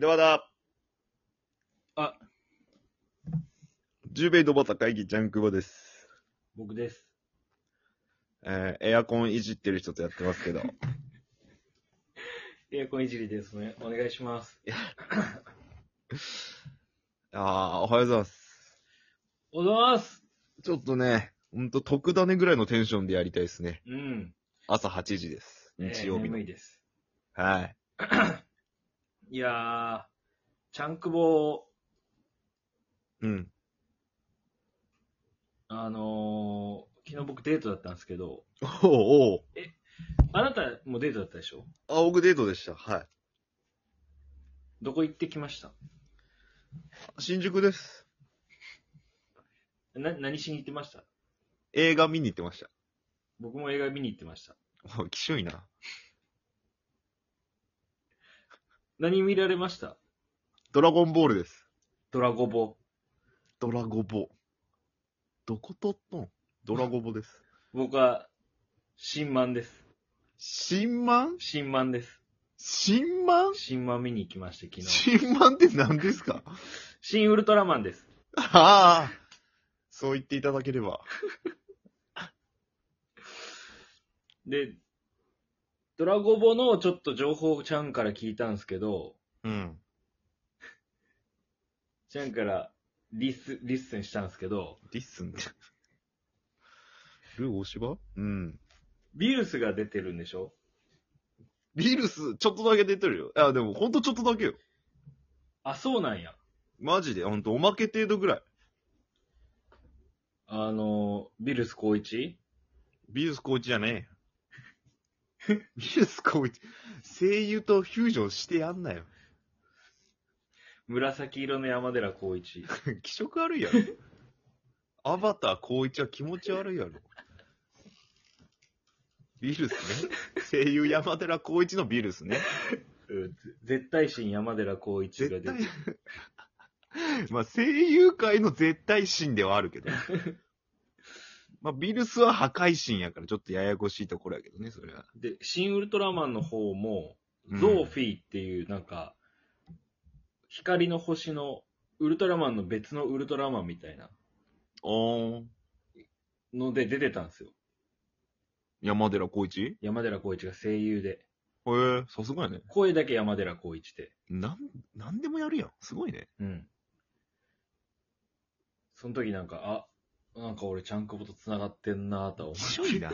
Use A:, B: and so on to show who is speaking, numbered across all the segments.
A: ではだ。
B: あ、
A: 十米ドバタ会議、ジャンクボです。
B: 僕です。
A: えーエアコンいじってる人とやってますけど。 い
B: エアコンいじりですね。お願いします。
A: やー、おはようございます。
B: おはようございます
A: ちょっとね、ほんと特ダネぐらいのテンションでやりたいですね。
B: うん。
A: 朝8時です。日曜日の。
B: えー眠いです。
A: はい。
B: いやー、チャンクボ
A: うん。
B: あのー、昨日僕デートだったんですけど、
A: おうおう
B: あなたもデートだったでしょ
A: あ、僕デートでした。は
B: どこ行ってきました
A: い。新宿です。
B: な、何しに行ってました
A: 映画見に行ってまし
B: 僕も映画見に行ってました。
A: た。もう、きしょいな。
B: 何見られました
A: ドラゴンボールです。
B: ドラゴボ。
A: ドラゴボ。どことっとんドラゴボです。
B: 僕は、新漫です。
A: 新漫
B: 新漫です。
A: 新漫
B: 新漫見に行きました、昨 日。
A: 新漫って何ですか
B: 新ウルトラマンです。
A: ああ。そう言っていただければ。
B: で、ドラゴボのちょっと情報をちゃんから聞いたんですけど、
A: うん。
B: ちゃんからリス、リッスンしたんですけど、
A: リッスンって。ルー大芝うん。
B: ビルスが出てるんでしょ
A: ビルス、ちょっとだけ出てるよ。あ、でもほんとちょっとだけよ。
B: あ、そうなんや。
A: マジで、ほんとおまけ程度ぐらい。
B: あの、ビルス光一
A: ビルスコーチじゃね えよ。ビルスコーチ、声優とフュージョンしてやんなよ。
B: 紫色の山寺光一。
A: 気色悪いやろ。 アバター光一は気持ち悪いやろ。ビルスね。声優山寺光一のビルスね。
B: うん絶対神山寺光一
A: 絶
B: が出
A: 対
B: てる。、
A: まあ声優界の絶対神ではあるけど。まあビルスは破壊神やからちょっとややこしいところやけどね、それは。
B: で、新ウルトラマンの方も、
A: うん
B: ゾーフィーっていうなんか、光の星のウルトラマンの別のウルトラマンみたいな
A: おー、
B: ので出てたんですよ。
A: 山寺光一へ
B: 山寺宏一が声優で。
A: えー、さすがやね。
B: 声だけ山寺宏一で。
A: なん、なんでもやるやん。すごいね。
B: うん。その時なんか、あ、なんか俺ちゃんこぼと繋がってんなぁとは思
A: き
B: う
A: しょい な。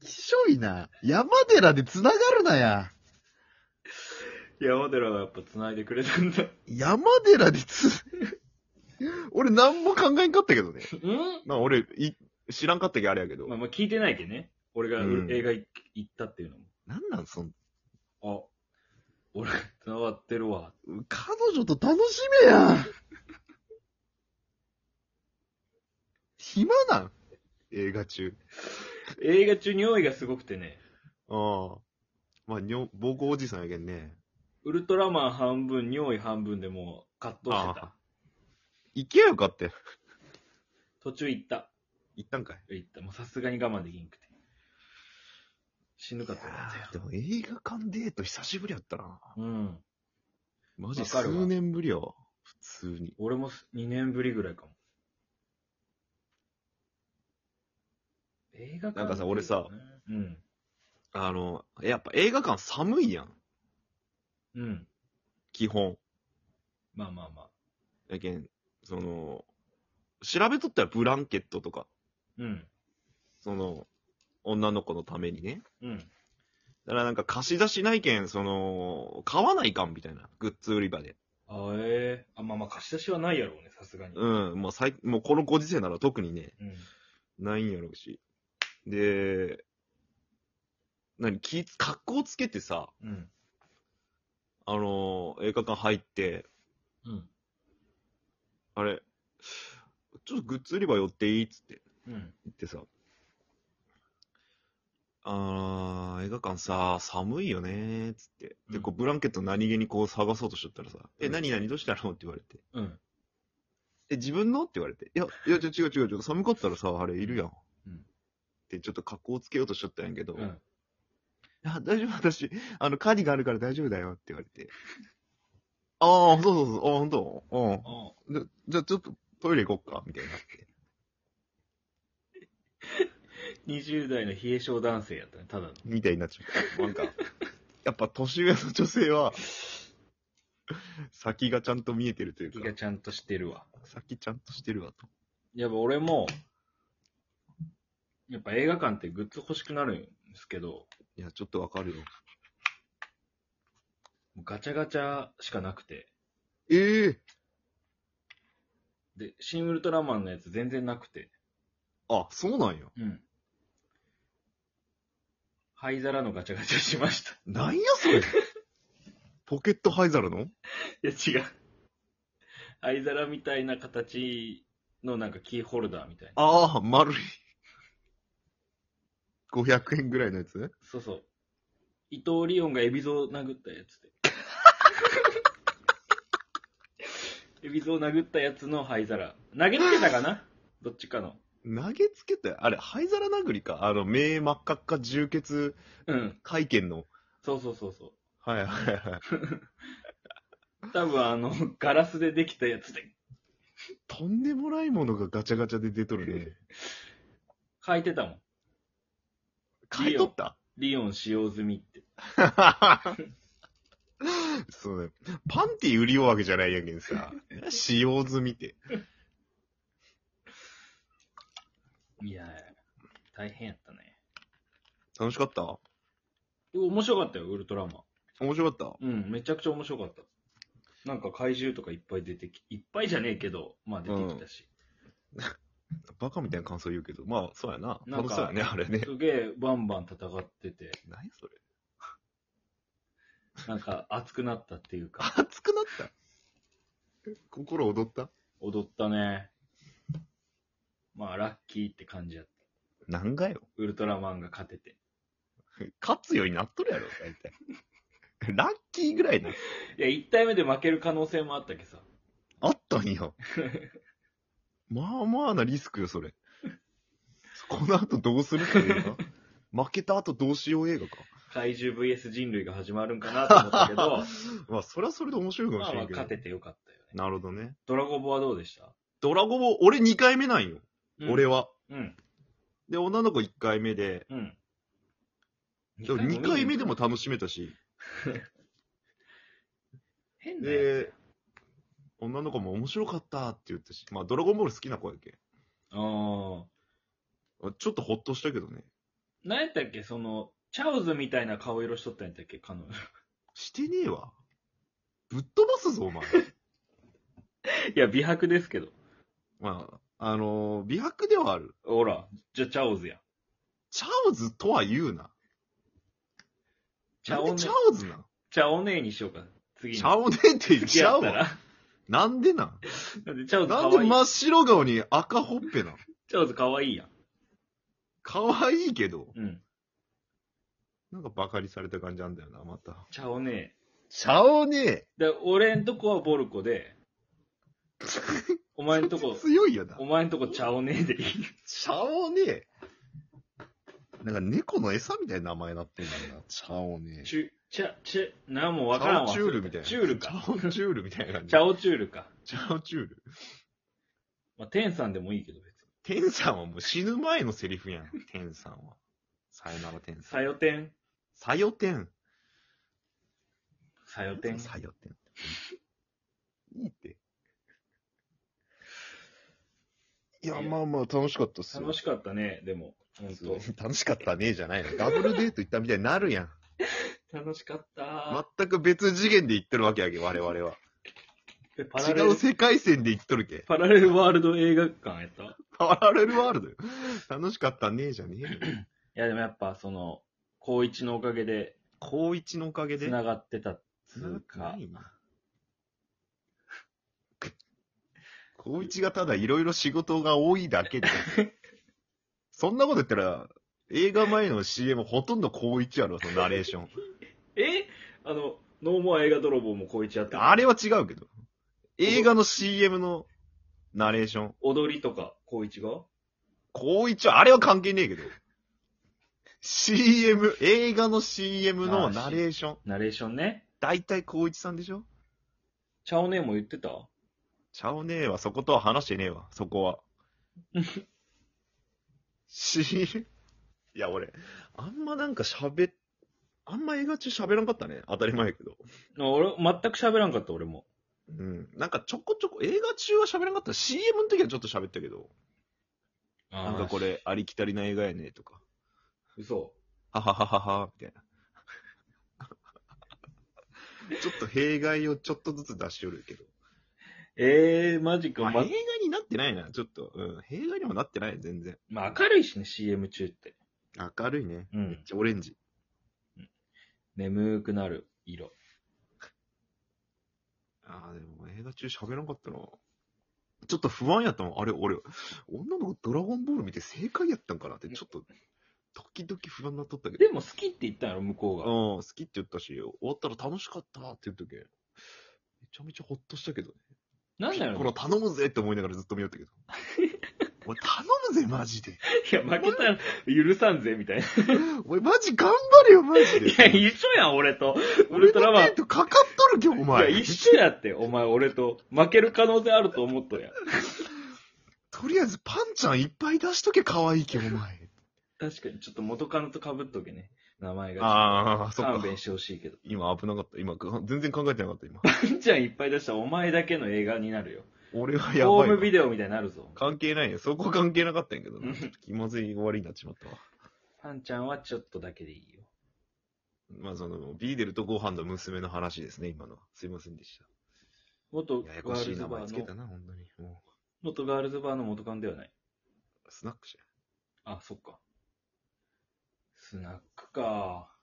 A: きしょいな。山寺で繋がるなや。
B: 山寺がやっぱ繋いでくれたんだ。
A: 山寺でつ、 俺なんも考えんかったけどね。
B: う
A: まあ俺、い、知らんかったけどあれやけど
B: んま。あまあ聞いてないけどね。俺が
A: うん
B: 映画い行ったっていうの
A: なんなんその、
B: も。あ、俺繋がってるわ。
A: 彼女と楽しめや。暇なん映画中。
B: 映画中匂いがすごくてね。
A: ああ。まあ、にょ、暴行おじさんやけんね。
B: ウルトラマン半分、匂い半分でもう葛藤して
A: あ
B: た。
A: 行けよかって。
B: 途中行った。
A: 行ったんかい。
B: 行った。もうさすがに我慢できんくて。死ぬかと思ったよ。
A: でも映画館デート久しぶりやったな。
B: うん。
A: マジ
B: わかるわ
A: 数年ぶりよ。普通に。
B: 俺も2年ぶりぐらいかも。映画館
A: なんかさ俺さ
B: うん。
A: あの、やっぱ映画館寒いやん。
B: うん。
A: 基本。
B: まあまあまあ。
A: やけん、その、調べとったらブランケットとか、
B: うん。
A: その、女の子のためにね。
B: うん。
A: だからなんか貸し出しないけん、その、買わないかんみたいな。グッズ売り場で。
B: あええあ、まあまあ貸し出しはないやろうね、さすがに。
A: うん。もう最、もうこのご時世なら特にね、
B: うん。
A: ないんやろうし。で、何、気、格好つけてさ、
B: うん。
A: あの映画館入って、
B: うん。
A: あれ、ちょっとグッズ売り場寄っていいっつって
B: うん。
A: 言ってさ、あー、映画館さ、寒いよねーっつって。で、こう、ブランケット何気にこう探そうとしとったらさ、え、
B: うん
A: 何何どうしたのって言われて。
B: うん。
A: え、自分のって言われて。いや、いや、違う違う違う、寒かったらさ、あれいるやん。
B: うん
A: で、ちょっと格好つけようとしとったんやけど、
B: うん。
A: あ、大丈夫、私、あの、カーディガンあるから大丈夫だよって言われて。ああ、そうそうそう、ああ、ほんとうん。
B: あ
A: じゃ、じゃあちょっとトイレ行こっか、みたいになって。
B: 20代の冷え性男性やったね、ただの。
A: みたいになっちゃった。なんか、やっぱ年上の女性は、先がちゃんと見えてるとい
B: 気
A: う
B: が
A: か、
B: ちゃんとしてるわ。
A: 先ちゃんとしてるわと。
B: やっぱ俺も、やっぱ映画館ってグッズ欲しくなるんですけど、
A: いや、ちょっとわかるよ。
B: もうガチャガチャしかなくて。
A: ええ
B: で、シン・ウルトラマンのやつ全然なくて。
A: あ、そうなんや。
B: うん。灰皿のガチャガチャしました。
A: なんやそれ。ポケット灰皿の
B: いや、違う。灰皿みたいな形のなんかキーホルダーみたいな。
A: ああ、丸い。500円ぐらいのやつ
B: そうそう。伊藤リオンがエビゾを殴ったやつ で。エビゾを殴ったやつの灰皿。投げつけたかなどっちかの。
A: 投げつけて、あれ、灰皿殴りかあの、目真っ赤っか充血
B: うん。
A: 会見の。
B: そうそうそうそ
A: はいはいはい。
B: う。多分あの、ガラスでできたやつで。
A: とんでもないものがガチャガチャで出とるね。
B: 書いてたもん。
A: 買い取った
B: リオン使用済みって。
A: そうね。パンティ売りようわけじゃないやけんさ。使用済みって。
B: いやー、大変やったね。
A: 楽しかった
B: 面白かったよ、ウルトラマン。
A: 面白かっ
B: うん、めちゃくちゃ面白かった。なんか怪獣とかいっぱい出てき、いっぱいじゃねえけど、まあ出てきたし。
A: たバカみたいな感想言うけど、まあ、そうやな。
B: なん
A: 楽
B: か
A: しそうやね、あれね。
B: すげえバンバン戦ってて、
A: 何それ。
B: なんか熱くなったっていうか、
A: 熱くなった心躍った
B: 踊ったね。まあラッキーって感じやった。
A: なんがよ。
B: ウルトラマンが勝てて。
A: 勝つようになっとるやろ、大体。ラッキーぐらいな。
B: いや、1体目で負ける可能性もあったけどさ。
A: あったんや。まあまあなリスクよ、それ。この後どうするっていうか。負けた後どうしよう映画か。
B: 怪獣 VS 人類が始まるんかなと思 ったけど、
A: まあ、それはそれで面白いかも
B: まあ
A: しれ
B: まあ
A: んけど。
B: 勝ててよかったよね。
A: なるほどね。
B: ドラゴボはどうでした、
A: ドラゴボ、俺2回目なんよ。俺
B: は。
A: は。
B: うん。
A: で、女の子1回目で。
B: うん。
A: でも2回目でも楽しめたし、
B: 変だよ。
A: で、女の子も面白かったって言ったし、まあ、ドラゴンボール好きな子やけん。
B: ああ。
A: ちょっとほっとしたけどね。
B: なんやったっけ、その、チャオズみたいな顔色しとったんやったっ け、彼女。
A: してねえわ。ぶっ飛ばすぞ、お前。
B: いや、美白ですけど。
A: まあ、あのー美白ではある。
B: ほら、じゃあチャオズや。
A: チャオズとは言うな。
B: チャ
A: なん
B: オ
A: で
B: ネ、
A: チャオズなん
B: チャオネにしようか。次に。
A: チャオネって言っ
B: 好き
A: ち
B: や
A: ゃ
B: っ
A: う
B: た
A: わ。
B: ら。
A: なんでなん
B: なんでチャオズか
A: なん
B: わ
A: で
B: いい。
A: 真っ白顔に赤ほっぺなん
B: チャオズかわいいやん。
A: 可愛いけど、
B: うん。
A: なんかバカにされた感じなんだよな、また。
B: チャオネ。
A: チャオネ
B: で、俺んとこはボル コで、お前んとこ、
A: 強いよな
B: お。前んとこチャオネでいい。
A: チャオネなんか猫の餌みたいな名前になってんだよな。チャオネ
B: チュ、チャ、チェ、なんもわからんわ。
A: チャオチュールみたいな。
B: チュール
A: チ
B: か。
A: ャオチュールみたいな感じ。
B: チャオチュールか。
A: チャオチュール。
B: まあ、テンさんでもいいけど別に。
A: テンさんはもう死ぬ前のセリフやん。テンさんは。さよならテンさ
B: さ
A: ん。
B: よてん。
A: さよテン。
B: さよてん。
A: さよテン。いいって。いや、まあまあ楽しかったっすよ
B: 楽。しかったね、でも。本
A: 楽しかったねじゃないの。ダブルデート行ったみたいになるやん。
B: 当。楽しかった。
A: 全く別次元で行ってるわけやけ、我々は。
B: でパラレ
A: 違う
B: ル、
A: 世界線で行っとるけ。
B: パラレルワールド映画館やったい
A: パラレルワールドよ。楽しかったねじゃねえよ。
B: や、でもやっぱその、高一のおかげで、
A: 高一のおかげで。
B: 繋がってたっつ
A: な
B: うん
A: かな
B: か。
A: いな。 高一がただいろいろ仕事が多いだけで。そんなこと言ったら、映画前の CM ほとんど高一やろ、そのナレーション。
B: えあの、ノーモア映画泥棒も高一やった。
A: あれは違うけど。映画の CM のナレーション。
B: 踊りとか、高一が
A: 高一は、あれは関係ねえけど。CM、映画の CM のナレーション。
B: ナレーションね。
A: 大体高一さんでしょ
B: チャオネーも言ってた
A: ちゃうねえわ、そことは話してねえわ、そこは。し、いや、俺、あんまなんか喋っ、あんま映画中喋らんかったね。当たり前やけど。
B: 俺、全く喋らんかった、俺も。
A: うん。なんかちょこちょこ、映画中は喋らんかった。CM の時はちょっと喋ったけど、
B: な
A: なんかこ。れ、ありきたりな映画やねとか、
B: 嘘。
A: ははははは、みたいな。 ちょっと弊害をちょっとずつ出しよるけど。
B: ええー、マジか。
A: まあ、
B: ま
A: 弊害になってないな、ちょっと。うん。弊害にもなってない、全然。
B: まあ、明るいしね、CM 中って。
A: 明るいね。
B: うん
A: めっちゃオレンジ。
B: 眠くなる色。
A: ああ、でも映画中喋らんかったな。ちょっと不安やったもん。あれ、俺、女の子ドラゴンボール見て正解やったんかなって、ちょっと、時々不安になっとったけど。
B: でも好きって言ったんやろ、向こう
A: うん、好
B: が。
A: きって言ったし、終わったら楽しかったって言うとき、めちゃめちゃほっとしたけどね。
B: なんだろ
A: この頼むぜって思いながらずっと見よったけ ど。俺頼むぜ、マジで。
B: いや、負けたら許さんぜ、みたいな。
A: 俺マジ頑張れよ、マジで。
B: いや、一緒やん、俺と。ウ
A: 俺
B: ルトラ
A: の
B: マ
A: テ
B: ン
A: ン。トかかっとるけ、お
B: いや、
A: 前。
B: 一緒やって、お前、俺と。負ける可能性あると思っとんやん。
A: とりあえずパンちゃんいっぱい出しとけ、可愛いけ、お前。
B: 確かに、ちょっと元カノと被っとけね。名前が。
A: ああ、そっか
B: 勘。弁してほしいけど。
A: 今危なかった。今、全然考えてなかった、 今。
B: ピンちゃんいっぱい出したらお前だけの映画になるよ。
A: 俺はや
B: ホ
A: ば
B: ー
A: い
B: ム
A: わ。
B: ビデオみたいになるぞ。
A: 関係ないよ。そこ関係なかったんやけど
B: う
A: な。
B: ん
A: ちょっと気まずい終わりになっちまったわ。
B: パンちゃんはちょっとだけでいいよ。
A: まあ、その、ビーデルとご飯の娘の話ですね、今のは。すいませんでし
B: 元
A: た。
B: ガ
A: ややこ
B: ー
A: し
B: ル
A: い
B: ズ
A: 名
B: バ
A: 前
B: ー
A: つけ
B: の
A: た、な、本当に。も
B: 元ガールズバーの元カノではない。
A: う、スナックじゃん。
B: あ、そっか。スナックか。